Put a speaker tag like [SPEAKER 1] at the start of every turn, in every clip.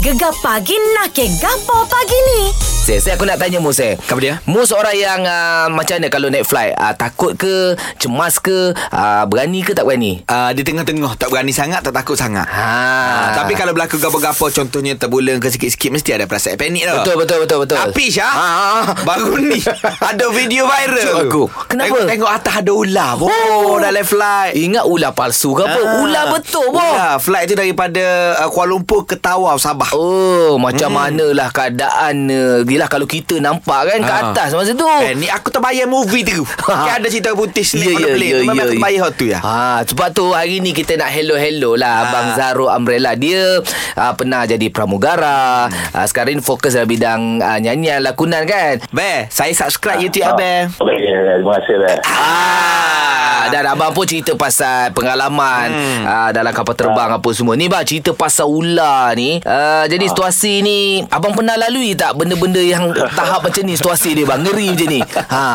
[SPEAKER 1] Gegar pagi nak ke gapo pagi ni?
[SPEAKER 2] Saya, saya aku nak tanya Mus eh.
[SPEAKER 3] Apa dia?
[SPEAKER 2] Mus orang yang uh, macam mana kalau naik flight? Uh, takut ke? Cemas ke? Uh, berani ke tak berani?
[SPEAKER 3] Uh, di tengah-tengah Tak berani sangat Tak takut sangat ha.
[SPEAKER 2] Ha.
[SPEAKER 3] Tapi kalau berlaku gapo-gapo Contohnya terbulang ke sikit-sikit Mesti ada perasaan panik tau
[SPEAKER 2] Betul, betul, betul, betul.
[SPEAKER 3] Tapi Syah
[SPEAKER 2] Ha, ha, ha.
[SPEAKER 3] Baru ni Ada video viral
[SPEAKER 2] Cuk aku. Kenapa?
[SPEAKER 3] Tengok, tengok atas ada ular Oh, oh. dalam flight
[SPEAKER 2] Ingat ular palsu ke apa?
[SPEAKER 3] Ah.
[SPEAKER 2] Ular betul boh.
[SPEAKER 3] Ular Flight tu daripada uh, Kuala Lumpur ke Tawau Sabah
[SPEAKER 2] Oh, macam hmm. manalah keadaan uh, Yelah kalau kita nampak kan ha. ke
[SPEAKER 3] Ah.
[SPEAKER 2] atas masa tu.
[SPEAKER 3] Eh, ni aku terbayang movie tu. kan ada cerita
[SPEAKER 2] Ya,
[SPEAKER 3] putih snake on the plane. Memang aku terbayang hot tu ya.
[SPEAKER 2] Ha, sebab tu hari ni kita nak hello-hello lah ha.
[SPEAKER 3] Ah.
[SPEAKER 2] Abang Zaro Umbrella. Dia ha, pernah jadi pramugara. Ha, sekarang ni fokus dalam bidang ha, nyanyian lakonan kan.
[SPEAKER 3] Be, saya subscribe YouTube ya, abang.
[SPEAKER 4] Okey, terima kasih lah.
[SPEAKER 2] Ah, dan abang pun cerita pasal pengalaman hmm. ah, dalam kapal terbang apa semua. Ni bang cerita pasal ular ni. Ah, jadi situasi ni abang pernah lalui tak benda-benda yang tahap macam ni situasi dia bang ngeri macam ni. Ha.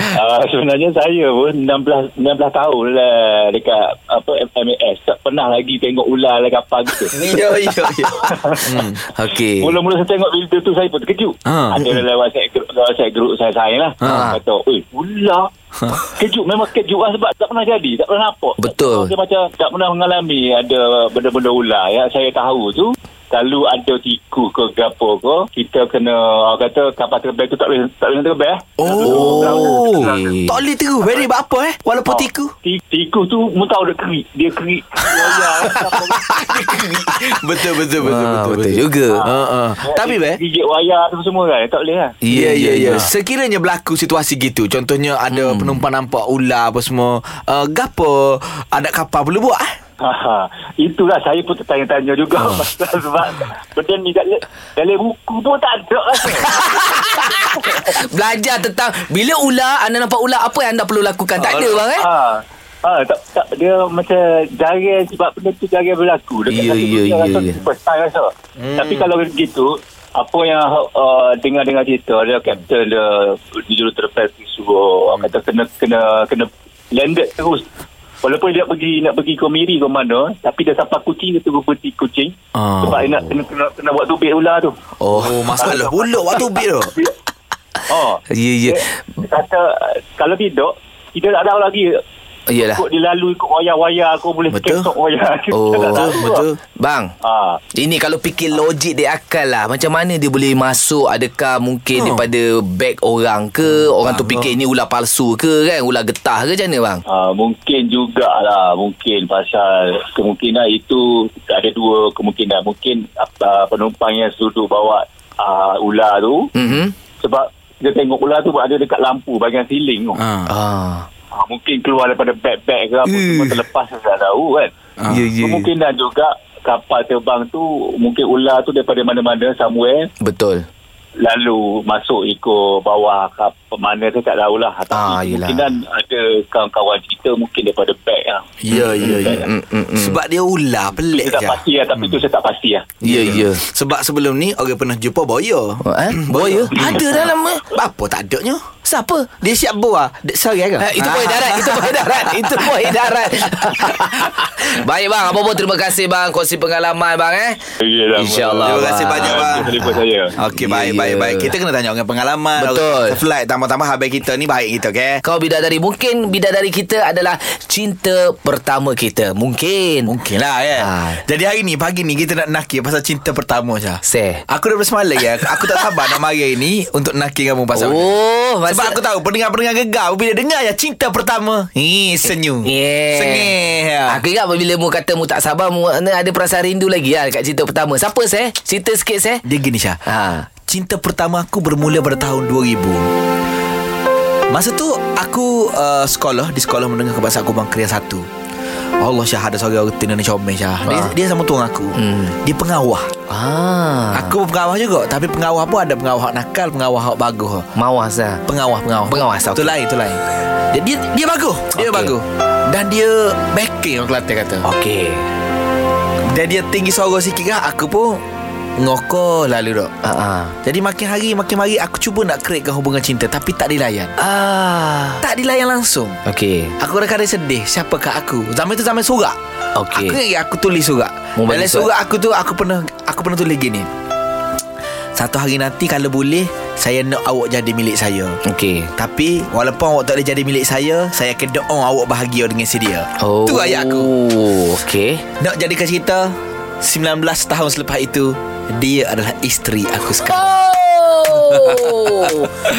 [SPEAKER 4] Uh, sebenarnya saya pun 16 19 tahun lah dekat apa MAS tak pernah lagi tengok ular lah kapal gitu.
[SPEAKER 3] Yo yo yo.
[SPEAKER 2] Hmm. Okey.
[SPEAKER 4] Mula-mula saya tengok video tu saya pun terkejut.
[SPEAKER 3] Ha.
[SPEAKER 4] Ada dalam WhatsApp group, dalam WhatsApp group saya saya lah.
[SPEAKER 2] Ha.
[SPEAKER 4] Kata, "Oi, ular." Kejut memang kejut lah sebab tak pernah jadi, tak pernah nampak.
[SPEAKER 2] Betul.
[SPEAKER 4] Saya macam tak pernah mengalami ada benda-benda ular ya. Saya tahu tu Lalu ada tikus ke gapo ke kita kena orang kata kapal terbang tu tak boleh tak boleh terbang eh.
[SPEAKER 3] Oh.
[SPEAKER 2] Okey.
[SPEAKER 3] Tak boleh terus Very apa eh Walaupun
[SPEAKER 4] Oh,
[SPEAKER 3] tiku
[SPEAKER 4] ti- Tikus tu Mu tahu dia kerik Dia kerik Royal Dia kerik
[SPEAKER 3] Betul betul betul
[SPEAKER 2] Ah,
[SPEAKER 3] betul.
[SPEAKER 2] betul juga.
[SPEAKER 3] Ha ah. Tapi be,
[SPEAKER 4] Gigit wayar tu semua kan Tak boleh kan
[SPEAKER 3] Ya ya ya. Sekiranya berlaku situasi gitu, contohnya ada penumpang nampak ular apa semua, uh, gapo anak kapal perlu buat? eh?
[SPEAKER 4] Ha, Itulah saya pun tertanya-tanya juga pasal sebab benda ni tak le- dalam buku pun tak ada lah. rasa.
[SPEAKER 2] Belajar tentang bila ular anda nampak ular apa yang anda perlu lakukan? Tak ada bang eh?
[SPEAKER 4] ha. ha tak, tak, dia macam jarang sebab benda tu jarang berlaku. Dekat
[SPEAKER 2] Ya,
[SPEAKER 4] satu
[SPEAKER 2] ya,
[SPEAKER 4] dunia
[SPEAKER 2] ya,
[SPEAKER 4] rasa
[SPEAKER 2] ya. Hmm.
[SPEAKER 4] superstar rasa. Tapi kalau gitu apa yang uh, dengar-dengar cerita dia kapten dia jurutera Patrick suruh orang kata kena kena kena landed terus Walaupun dia nak pergi nak pergi komiri ke mana, tapi dia sampai kucing dia tunggu peti kucing.
[SPEAKER 2] Oh.
[SPEAKER 4] Sebab dia nak kena, kena, kena buat tubik ular tu.
[SPEAKER 3] Oh, oh masalah pula waktu bil tu.
[SPEAKER 4] Oh.
[SPEAKER 2] Ya ya.
[SPEAKER 4] Dia kata uh, kalau tidak kita tak tahu lagi
[SPEAKER 2] Iyalah.
[SPEAKER 4] ikut dilalui ikut wayar-wayar aku boleh
[SPEAKER 3] Betul.
[SPEAKER 4] ketok wayar Kita
[SPEAKER 2] Oh,
[SPEAKER 4] tak tahu.
[SPEAKER 3] betul.
[SPEAKER 2] Bang,
[SPEAKER 4] Ah,
[SPEAKER 2] Ini kalau fikir logik dia akal lah Macam mana dia boleh masuk Adakah mungkin
[SPEAKER 3] Oh.
[SPEAKER 2] daripada beg orang ke Orang tu
[SPEAKER 3] Hmm, bang,
[SPEAKER 2] fikir ni ular palsu ke kan Ular getah ke macam mana bang
[SPEAKER 4] ah, mungkin jugalah mungkin pasal kemungkinan itu ada dua kemungkinan mungkin ah, penumpang yang suruh bawa ah, ular tu
[SPEAKER 2] mm-hmm.
[SPEAKER 4] sebab kita tengok ular tu ada dekat lampu bahagian siling tu.
[SPEAKER 3] Ha.
[SPEAKER 2] ah.
[SPEAKER 4] Ah, mungkin keluar daripada beg-beg ke apa
[SPEAKER 3] Eh.
[SPEAKER 4] semua terlepas saya tak tahu kan.
[SPEAKER 3] Ah. Ya, ya.
[SPEAKER 4] Kemungkinan juga kapal terbang tu mungkin ular tu daripada mana-mana somewhere
[SPEAKER 2] Betul
[SPEAKER 4] lalu masuk ikut bawah kapal mana tu tak tahulah.
[SPEAKER 2] Ah,
[SPEAKER 4] Tapi
[SPEAKER 2] yelah.
[SPEAKER 4] kemungkinan ada kawan-kawan kita mungkin daripada beg lah.
[SPEAKER 3] Ya ya ya.
[SPEAKER 2] Mm, mm, mm.
[SPEAKER 3] Sebab dia ular pelik
[SPEAKER 4] Saya tak
[SPEAKER 3] je.
[SPEAKER 4] pasti lah tapi tu
[SPEAKER 2] Hmm.
[SPEAKER 4] saya tak pasti lah.
[SPEAKER 2] Ya ya
[SPEAKER 3] Sebab sebelum ni orang pernah jumpa boya.
[SPEAKER 2] Oh, eh? Boya?
[SPEAKER 3] hmm.
[SPEAKER 2] Ada dalam eh?
[SPEAKER 3] Apa tak adanya?
[SPEAKER 2] Siapa?
[SPEAKER 3] Dia siap buah. Dek sorry Ha? ke?
[SPEAKER 2] Eh, itu pun edaran Itu pun edaran Itu pun edaran Baik bang Apa pun terima kasih bang Kongsi pengalaman bang eh
[SPEAKER 4] Yelah,
[SPEAKER 2] InsyaAllah
[SPEAKER 3] Terima kasih
[SPEAKER 2] bang.
[SPEAKER 3] banyak bang.
[SPEAKER 4] Telefon saya.
[SPEAKER 3] Okey
[SPEAKER 2] Ya,
[SPEAKER 3] baik
[SPEAKER 2] ya.
[SPEAKER 3] baik baik. Kita kena tanya orang pengalaman.
[SPEAKER 2] Betul.
[SPEAKER 3] Orang flight tambah-tambah habis kita ni baik kita okey.
[SPEAKER 2] Kau bidadari Mungkin bidadari kita adalah Cinta pertama kita Mungkin
[SPEAKER 3] Mungkin lah kan.
[SPEAKER 2] Ah.
[SPEAKER 3] Jadi hari ni pagi ni kita nak nakir pasal cinta pertama je.
[SPEAKER 2] Seh
[SPEAKER 3] Aku dah semalam ya. Aku tak sabar nak mari ni untuk nakir kamu pasal. ni.
[SPEAKER 2] Oh
[SPEAKER 3] Sebab aku tahu pendengar-pendengar gegar bila dengar ya cinta pertama. Hi senyum.
[SPEAKER 2] Yeah.
[SPEAKER 3] Sengih. ya.
[SPEAKER 2] Aku ingat bila mu kata mu tak sabar mu ada ada perasaan rindu lagi lah dekat cerita pertama. Siapa seh? Cerita sikit seh.
[SPEAKER 3] Dia gini Syah.
[SPEAKER 2] Ha.
[SPEAKER 3] Cinta pertama aku bermula pada tahun 2000. Masa tu aku uh, sekolah di sekolah menengah kebangsaan aku Bangkria 1. Allah Syah ada seorang orang tenan comel Syah. Dia,
[SPEAKER 2] Ah.
[SPEAKER 3] dia sama tuang aku.
[SPEAKER 2] Hmm.
[SPEAKER 3] Dia pengawah.
[SPEAKER 2] Ah.
[SPEAKER 3] Aku pengawah juga tapi pengawah pun ada pengawah hak nakal, pengawah hak bagus.
[SPEAKER 2] mawas lah.
[SPEAKER 3] Pengawah, pengawah.
[SPEAKER 2] Pengawas,
[SPEAKER 3] Tu
[SPEAKER 2] okey.
[SPEAKER 3] lain, tu lain. Dia dia, dia bagus. Dia
[SPEAKER 2] Okey.
[SPEAKER 3] okay. bagus. Dan dia backing orang Kelantan kata.
[SPEAKER 2] Okey.
[SPEAKER 3] Dan dia tinggi suara sikit kan aku pun ngokor lalu dok.
[SPEAKER 2] Ha ah.
[SPEAKER 3] Jadi makin hari makin hari aku cuba nak createkan hubungan cinta tapi tak dilayan.
[SPEAKER 2] Ah.
[SPEAKER 3] Tak dilayan langsung.
[SPEAKER 2] Okey.
[SPEAKER 3] Aku kadang-kadang sedih Siapakah aku Zaman tu zaman surat
[SPEAKER 2] Okey.
[SPEAKER 3] Aku ingat aku tulis surat.
[SPEAKER 2] Mu bagi
[SPEAKER 3] Dalam
[SPEAKER 2] surat.
[SPEAKER 3] surat aku tu aku pernah aku pernah tulis gini. Satu hari nanti kalau boleh saya nak awak jadi milik saya.
[SPEAKER 2] Okey.
[SPEAKER 3] Tapi walaupun awak tak boleh jadi milik saya, saya akan doa awak bahagia dengan sedia.
[SPEAKER 2] Oh.
[SPEAKER 3] Tu ayat aku.
[SPEAKER 2] Okey.
[SPEAKER 3] Nak jadikan cerita 19 tahun selepas itu Dia adalah isteri aku sekarang
[SPEAKER 2] Oh.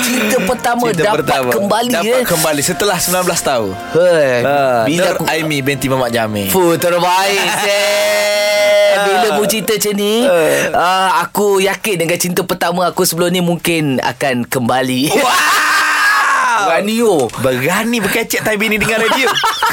[SPEAKER 2] Cinta pertama
[SPEAKER 3] Cerita
[SPEAKER 2] dapat kembali eh.
[SPEAKER 3] Dapat kembali Setelah 19 tahun
[SPEAKER 2] Hei,
[SPEAKER 3] uh,
[SPEAKER 2] bila
[SPEAKER 3] Bila
[SPEAKER 2] aku
[SPEAKER 3] Aimi binti Mamat Jami
[SPEAKER 2] Fu terbaik Zed.
[SPEAKER 3] Ha.
[SPEAKER 2] Bila mu cerita macam ni uh, Aku yakin dengan cinta pertama aku sebelum ni Mungkin akan kembali Berani yo
[SPEAKER 3] Berani berkecek time ini dengan radio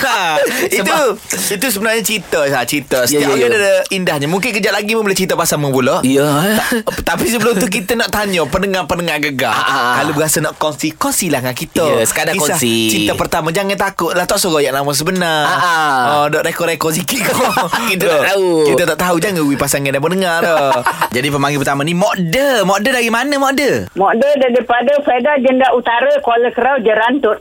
[SPEAKER 3] ha, Itu Itu sebenarnya cerita Syah, Cerita
[SPEAKER 2] ya,
[SPEAKER 3] Setiap yeah, yeah,
[SPEAKER 2] ya.
[SPEAKER 3] orang ada indahnya Mungkin kejap lagi pun boleh cerita pasal mu pula
[SPEAKER 2] Ya
[SPEAKER 3] Tapi sebelum tu kita nak tanya pendengar-pendengar gegar.
[SPEAKER 2] ah.
[SPEAKER 3] Kalau berasa nak kongsi, kongsilah dengan kita.
[SPEAKER 2] Ya, sekadar kongsi.
[SPEAKER 3] Cinta pertama jangan takut lah tak suruh yang nama sebenar.
[SPEAKER 2] Ah, ah.
[SPEAKER 3] Oh, dok rekod-rekod sikit kau.
[SPEAKER 2] Kita
[SPEAKER 3] Dok,
[SPEAKER 2] tak tahu.
[SPEAKER 3] Kita tak tahu jangan we pasangan dan pendengar dah. Jadi pemanggil pertama ni Mokda. Mokda dari mana Mokda?
[SPEAKER 5] Mokda daripada Fedah Jenda Utara Kuala Kerau Jerantut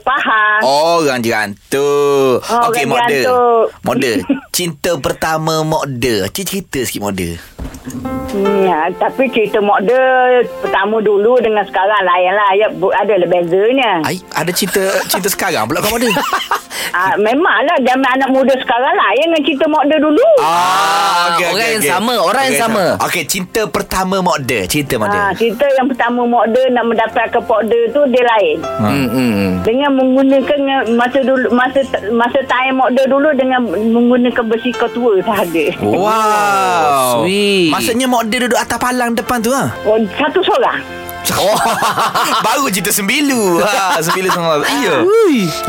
[SPEAKER 3] Oh.
[SPEAKER 5] Pahang.
[SPEAKER 3] Orang jerantuk.
[SPEAKER 5] Orang
[SPEAKER 3] Okey Mokda.
[SPEAKER 5] jerantuk.
[SPEAKER 3] Mokda, cinta pertama Mokda. Cik cerita sikit Mokda.
[SPEAKER 5] Hmm, ya, tapi cerita Mokda pertama dulu dengan sekarang lain lah. Ya, bu- ada lah bezanya.
[SPEAKER 3] Ai, ada cerita cerita sekarang pula kau Mokda.
[SPEAKER 5] Ah, memanglah zaman anak muda sekarang lain dengan cerita Mokda dulu.
[SPEAKER 3] Ah,
[SPEAKER 2] okey, orang yang sama, orang yang sama.
[SPEAKER 3] Okey, cinta pertama Mokda, cerita Mokda.
[SPEAKER 5] Ah, cerita yang pertama Mokda nak mendapatkan Pokda tu dia lain.
[SPEAKER 3] Ha.
[SPEAKER 2] hmm, hmm.
[SPEAKER 5] Dengan menggunakan masa dulu masa masa time Mokda dulu dengan menggunakan besi ketua sahaja.
[SPEAKER 3] Oh. Wow
[SPEAKER 2] Oh, Sweet.
[SPEAKER 3] Maksudnya Mokda duduk atas palang depan tu ha?
[SPEAKER 5] Oh, satu seorang.
[SPEAKER 3] Oh, baru cerita sembilu ha,
[SPEAKER 2] Ah.
[SPEAKER 3] Sembilu sama Iya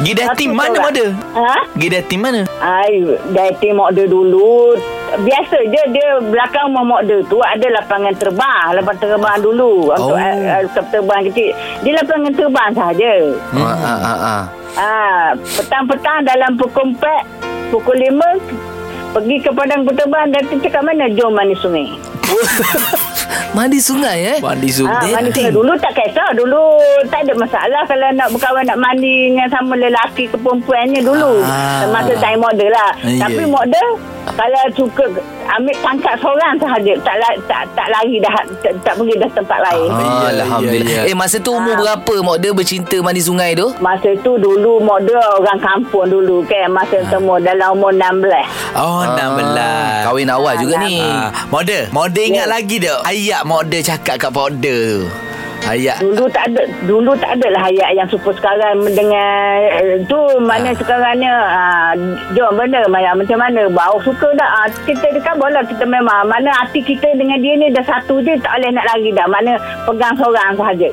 [SPEAKER 3] Gidati
[SPEAKER 5] Satu
[SPEAKER 3] mana
[SPEAKER 5] seorang.
[SPEAKER 3] Mokda?
[SPEAKER 5] Ha?
[SPEAKER 3] Gidati mana?
[SPEAKER 5] Ai, dating mak dia dulu. Biasa je dia belakang rumah mak dia tu ada lapangan terbang, lapangan terbang dulu.
[SPEAKER 3] Oh.
[SPEAKER 5] Untuk uh, terbang kecil. Dia lapangan terbang saja.
[SPEAKER 2] Hmm. Ah, ah, ah, ah.
[SPEAKER 5] Ah, petang-petang dalam pukul 4, pukul 5 pergi ke padang berterbang dan dia cakap mana jom mandi sungai.
[SPEAKER 2] Mandi sungai eh
[SPEAKER 3] Mandi Zoom
[SPEAKER 5] Ah, mandi sungai dulu tak kisah. Dulu tak ada masalah kalau nak berkawan nak mandi dengan sama lelaki ke perempuannya dulu.
[SPEAKER 3] Ah.
[SPEAKER 5] Masa time model lah.
[SPEAKER 3] Ya.
[SPEAKER 5] Tapi model kalau suka ambil pangkat seorang sahaja tak la- tak tak lari dah tak, tak pergi dah tempat lain.
[SPEAKER 2] Ah,
[SPEAKER 3] Ya, ya,
[SPEAKER 2] Alhamdulillah
[SPEAKER 3] ya.
[SPEAKER 2] Eh masa tu umur berapa Mok dia bercinta mandi sungai tu
[SPEAKER 5] Masa tu dulu model orang kampung dulu kan
[SPEAKER 3] Ah.
[SPEAKER 5] masa ha. temu dalam umur 16.
[SPEAKER 3] Oh, enam
[SPEAKER 2] Ah,
[SPEAKER 3] belas
[SPEAKER 2] Kahwin awal juga ni
[SPEAKER 3] Ah, Mokda Mokda ingat lagi tak Ayat Mokda cakap kat Mokda tu Ayat
[SPEAKER 5] Dulu tak ada dulu tak ada lah hayat yang super sekarang dengan eh, tu mana sekarangnya ah, jom benda Maya macam mana bau suka dah ah, kita dekat bola kita memang mana hati kita dengan dia ni dah satu je tak boleh nak lari dah mana pegang seorang sahaja.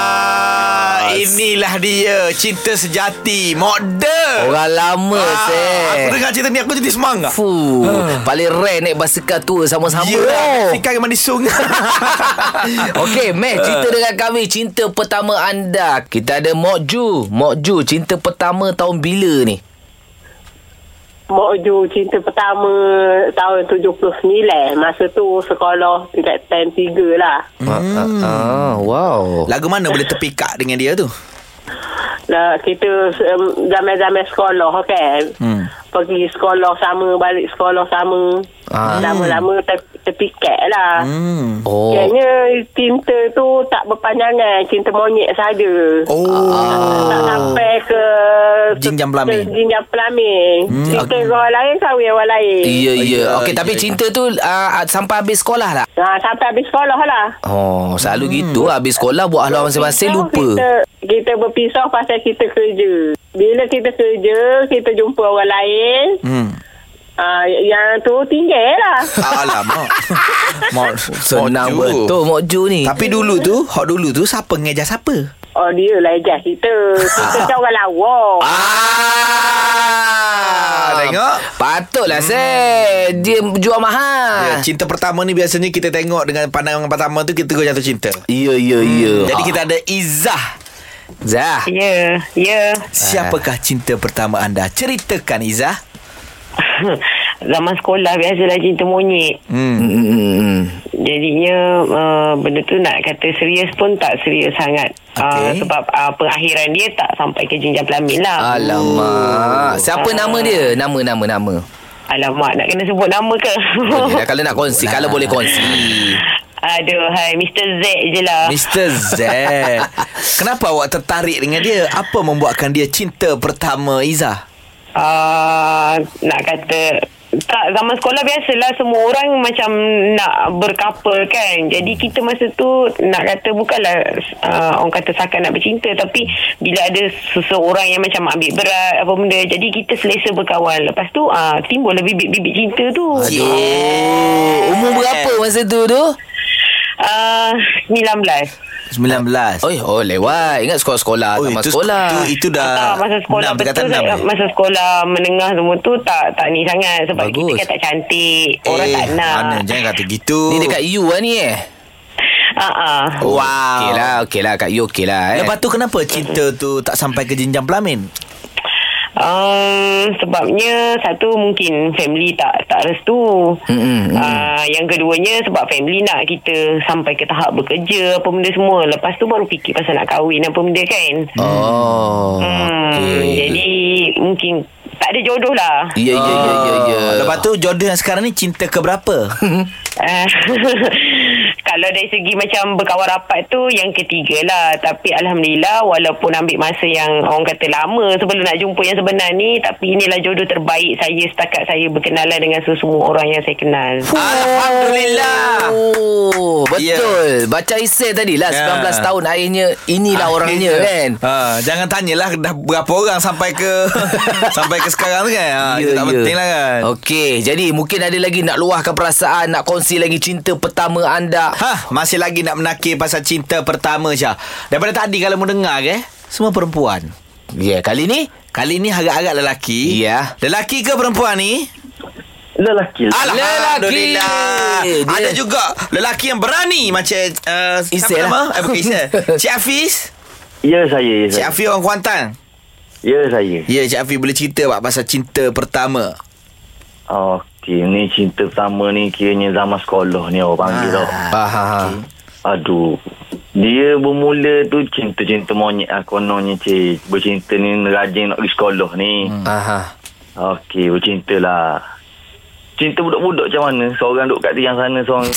[SPEAKER 3] Wah, inilah dia cinta sejati Mokda.
[SPEAKER 2] Orang lama ah, Seh
[SPEAKER 3] Aku dengar cerita ni aku jadi semangat.
[SPEAKER 2] Fu Paling rare naik basikal tua sama-sama
[SPEAKER 3] Ya,
[SPEAKER 2] tau.
[SPEAKER 3] Sikang yang mandi sungai.
[SPEAKER 2] Okey, Meh,
[SPEAKER 3] Ha.
[SPEAKER 2] cerita dengan kami cinta pertama anda. Kita ada Mok Ju. Mok Ju, cinta pertama tahun bila ni?
[SPEAKER 6] Mak Ju cinta pertama tahun 79 masa tu sekolah tingkat time 3 lah
[SPEAKER 2] Hmm. Ah, ah, wow.
[SPEAKER 3] Lagu mana boleh terpikat dengan dia tu?
[SPEAKER 6] lah kita um, zaman-zaman sekolah kan hmm. pergi sekolah sama balik sekolah sama
[SPEAKER 2] Ah.
[SPEAKER 6] lama-lama ter, terpikat lah hmm.
[SPEAKER 2] Oh.
[SPEAKER 5] Ya,
[SPEAKER 6] Kayaknya cinta tu tak berpanjangan Cinta monyet saja.
[SPEAKER 2] Ah.
[SPEAKER 3] Oh.
[SPEAKER 6] Tak sampai ke
[SPEAKER 3] Jinjam
[SPEAKER 6] ke-
[SPEAKER 3] pelamin.
[SPEAKER 6] ke Jinjam pelamin hmm. Cinta orang lain Kahwin orang lain
[SPEAKER 2] Iya, iya.
[SPEAKER 3] Ya,
[SPEAKER 2] Okey, tapi
[SPEAKER 3] ya,
[SPEAKER 2] cinta tu ah, sampai habis sekolah tak?
[SPEAKER 6] ha, Sampai habis sekolah lah
[SPEAKER 2] Oh, selalu
[SPEAKER 3] Hmm.
[SPEAKER 2] gitu habis sekolah buat haluan masing-masing
[SPEAKER 6] Pisau,
[SPEAKER 5] Oh,
[SPEAKER 6] Kita,
[SPEAKER 2] lupa.
[SPEAKER 6] kita berpisah pasal kita kerja. Bila kita kerja, kita jumpa orang lain.
[SPEAKER 3] Hmm.
[SPEAKER 6] Uh, yang tu tinggal lah.
[SPEAKER 3] Alamak. Mok,
[SPEAKER 2] Senang
[SPEAKER 3] Mok Ju.
[SPEAKER 2] betul Mok Ju ni.
[SPEAKER 3] Tapi dulu tu, hot dulu tu siapa ngejar siapa?
[SPEAKER 6] Oh, dia lah ejas kita. Kita kan orang lawa.
[SPEAKER 3] Ah, tengok. Hmm.
[SPEAKER 2] Patutlah, Seh. Dia jual
[SPEAKER 3] Ya,
[SPEAKER 2] mahal.
[SPEAKER 3] cinta pertama ni biasanya kita tengok dengan pandangan pertama tu kita terus jatuh cinta.
[SPEAKER 2] Ya, ya, ya.
[SPEAKER 3] Hmm. Jadi kita ada Izzah.
[SPEAKER 2] Zah.
[SPEAKER 5] Ya, yeah, ya. Yeah.
[SPEAKER 3] Siapakah
[SPEAKER 2] Eh.
[SPEAKER 3] cinta pertama anda? Ceritakan Izzah.
[SPEAKER 7] zaman sekolah biasalah cinta monyet.
[SPEAKER 3] Hmm.
[SPEAKER 2] Hmm, hmm, hmm.
[SPEAKER 7] Jadinya uh, benda tu nak kata serius pun tak serius sangat. Okay. Uh,
[SPEAKER 3] Okey.
[SPEAKER 7] sebab uh, pengakhiran dia tak sampai ke jenjang pelamin lah.
[SPEAKER 2] Alamak. Siapa
[SPEAKER 7] Ah.
[SPEAKER 2] nama dia? Nama nama nama.
[SPEAKER 7] Alamak, nak kena sebut nama ke?
[SPEAKER 2] Oh,
[SPEAKER 3] lah.
[SPEAKER 2] yelah, kalau nak kongsi, kalau boleh kongsi.
[SPEAKER 7] Aduh, hai. Mr. Z je lah.
[SPEAKER 3] Mr. Z Kenapa awak tertarik dengan dia Apa membuatkan dia cinta pertama Izzah
[SPEAKER 7] Ah, nak kata tak zaman sekolah biasalah semua orang macam nak berkapal kan jadi kita masa tu nak kata bukanlah uh, orang kata sakan nak bercinta tapi bila ada seseorang yang macam ambil berat apa benda jadi kita selesa berkawan lepas tu uh, timbullah bibit-bibit cinta tu
[SPEAKER 3] Eh,
[SPEAKER 2] Oh, umur berapa masa tu tu?
[SPEAKER 7] uh, 19
[SPEAKER 3] 19
[SPEAKER 2] Oh, oh lewat. Ingat sekolah-sekolah, oh, taman
[SPEAKER 3] itu,
[SPEAKER 2] sekolah.
[SPEAKER 3] itu, itu dah
[SPEAKER 7] tak, Ah, masa sekolah
[SPEAKER 3] Ah, enam,
[SPEAKER 7] betul
[SPEAKER 3] dekatan enam,
[SPEAKER 7] saya,
[SPEAKER 3] eh?
[SPEAKER 7] masa sekolah menengah semua tu tak tak ni sangat sebab
[SPEAKER 2] Bagus.
[SPEAKER 7] kita kan tak cantik orang
[SPEAKER 3] eh,
[SPEAKER 7] tak nak
[SPEAKER 3] Ana jangan kata gitu
[SPEAKER 2] Ni dekat you lah ni eh.
[SPEAKER 7] uh-uh.
[SPEAKER 3] Wow
[SPEAKER 2] Okey lah, okey lah. Kat you okey lah eh.
[SPEAKER 3] Lepas tu kenapa cinta tu tak sampai ke jenjang pelamin?
[SPEAKER 7] Um, sebabnya satu mungkin family tak tak restu.
[SPEAKER 3] Hmm.
[SPEAKER 2] Mm-mm, mm-mm.
[SPEAKER 7] Uh, yang keduanya sebab family nak kita sampai ke tahap bekerja apa benda semua. Lepas tu baru fikir pasal nak kahwin apa benda kan.
[SPEAKER 2] Oh,
[SPEAKER 7] Hmm,
[SPEAKER 2] okey.
[SPEAKER 7] jadi mungkin tak ada jodoh lah.
[SPEAKER 2] Ya, ya, ya, ya, ya.
[SPEAKER 3] Ah, Lepas tu jodoh yang sekarang ni cinta ke berapa?
[SPEAKER 7] Uh, kalau dari segi macam berkawan rapat tu yang ketiga lah tapi Alhamdulillah walaupun ambil masa yang orang kata lama sebelum nak jumpa yang sebenar ni tapi inilah jodoh terbaik saya setakat saya berkenalan dengan semua orang yang saya kenal
[SPEAKER 3] Alhamdulillah.
[SPEAKER 2] Oh,
[SPEAKER 3] Ya.
[SPEAKER 2] betul. Baca Isel tadi lah
[SPEAKER 3] Ya.
[SPEAKER 2] 19 tahun akhirnya inilah orangnya kan.
[SPEAKER 3] ha, Jangan tanyalah Dah berapa orang Sampai ke Sampai ke sekarang tu kan ha,
[SPEAKER 2] Ya,
[SPEAKER 3] Itu tak penting lah kan
[SPEAKER 2] Okey, jadi mungkin ada lagi nak luahkan perasaan, nak kongsi lagi cinta pertama anda.
[SPEAKER 3] Ha, masih lagi nak menakir pasal cinta pertama Syah. Daripada tadi kalau mendengar ke, semua perempuan.
[SPEAKER 2] Ya, yeah, kali ni
[SPEAKER 3] Kali ni agak-agak lelaki.
[SPEAKER 2] Ya.
[SPEAKER 3] Lelaki ke perempuan ni?
[SPEAKER 4] Lelaki lah.
[SPEAKER 2] Lelaki. Dia-
[SPEAKER 3] Ada juga lelaki yang berani macam uh, siapa
[SPEAKER 2] Isel
[SPEAKER 3] nama?
[SPEAKER 2] lah.
[SPEAKER 3] Eh, bukan Isel. Cik Hafiz.
[SPEAKER 4] Ya saya. Ya
[SPEAKER 3] Cik
[SPEAKER 4] saya.
[SPEAKER 3] Hafiz orang Kuantan.
[SPEAKER 4] Ya, saya.
[SPEAKER 3] Ya, Cik Hafiz boleh cerita pak pasal cinta pertama.
[SPEAKER 4] Okey, ni cinta pertama ni kiranya zaman sekolah ni orang panggil tau.
[SPEAKER 2] Ha ha ha.
[SPEAKER 4] Aduh. Dia bermula tu cinta-cinta monyet lah kononnya cik. Bercinta ni rajin nak pergi sekolah ni. Hmm.
[SPEAKER 2] Ha ha.
[SPEAKER 4] Okey, bercinta lah. Cinta budak-budak macam mana? Seorang duduk kat tiang sana, seorang...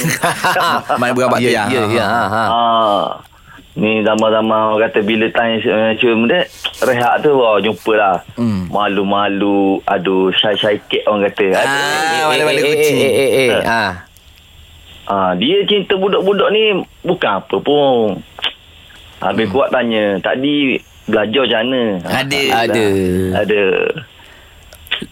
[SPEAKER 3] Ha, Main berabad tu
[SPEAKER 2] Ya,
[SPEAKER 3] yang.
[SPEAKER 2] ya, ya. Ha ha.
[SPEAKER 4] ah. Ni zaman-zaman orang kata bila time uh, cium dia, rehat tu, wah, jumpa lah. Malu-malu, aduh, syai-syai kek orang kata. Aduh.
[SPEAKER 3] Hmm. Ah, balik-balik
[SPEAKER 2] Eh, eh,
[SPEAKER 3] kucing.
[SPEAKER 2] Eh, eh, eh, eh. Ha.
[SPEAKER 4] Ha, dia cinta budak-budak ni bukan apa pun. Habis kuat tanya, tadi belajar macam mana?
[SPEAKER 3] Hmm.
[SPEAKER 4] Ah,
[SPEAKER 3] Ada.
[SPEAKER 2] Ada.
[SPEAKER 4] Ada.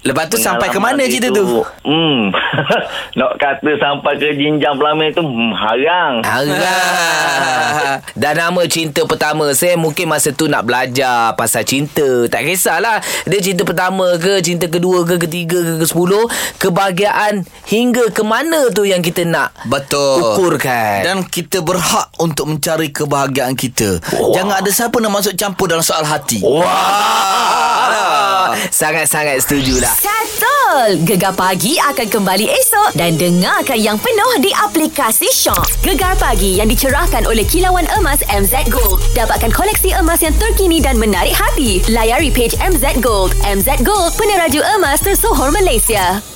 [SPEAKER 3] Lepas tu sampai ke mana
[SPEAKER 4] Pengalaman
[SPEAKER 3] cerita
[SPEAKER 4] itu,
[SPEAKER 3] tu?
[SPEAKER 4] Hmm. Nak kata sampai ke jinjang pelamin tu, hmm, harang.
[SPEAKER 3] Ah,
[SPEAKER 2] Harap. Dan nama cinta pertama saya mungkin masa tu nak belajar pasal cinta. Tak kisahlah. Dia cinta pertama ke, cinta kedua ke, ketiga ke, ke sepuluh. Kebahagiaan hingga ke mana tu yang kita nak.
[SPEAKER 3] Betul
[SPEAKER 2] Ukurkan.
[SPEAKER 3] Dan kita berhak Untuk mencari kebahagiaan kita wow. Jangan ada siapa Nak masuk campur Dalam soal hati
[SPEAKER 2] Wah. Sangat-sangat lah. setujulah.
[SPEAKER 1] Settle! Gegar pagi akan kembali esok dan dengarkan yang penuh di aplikasi Shock. Gegar pagi yang dicerahkan oleh kilauan emas MZ Gold. Dapatkan koleksi emas yang terkini dan menarik hati. Layari page MZ Gold. MZ Gold, peneraju emas tersohor Malaysia.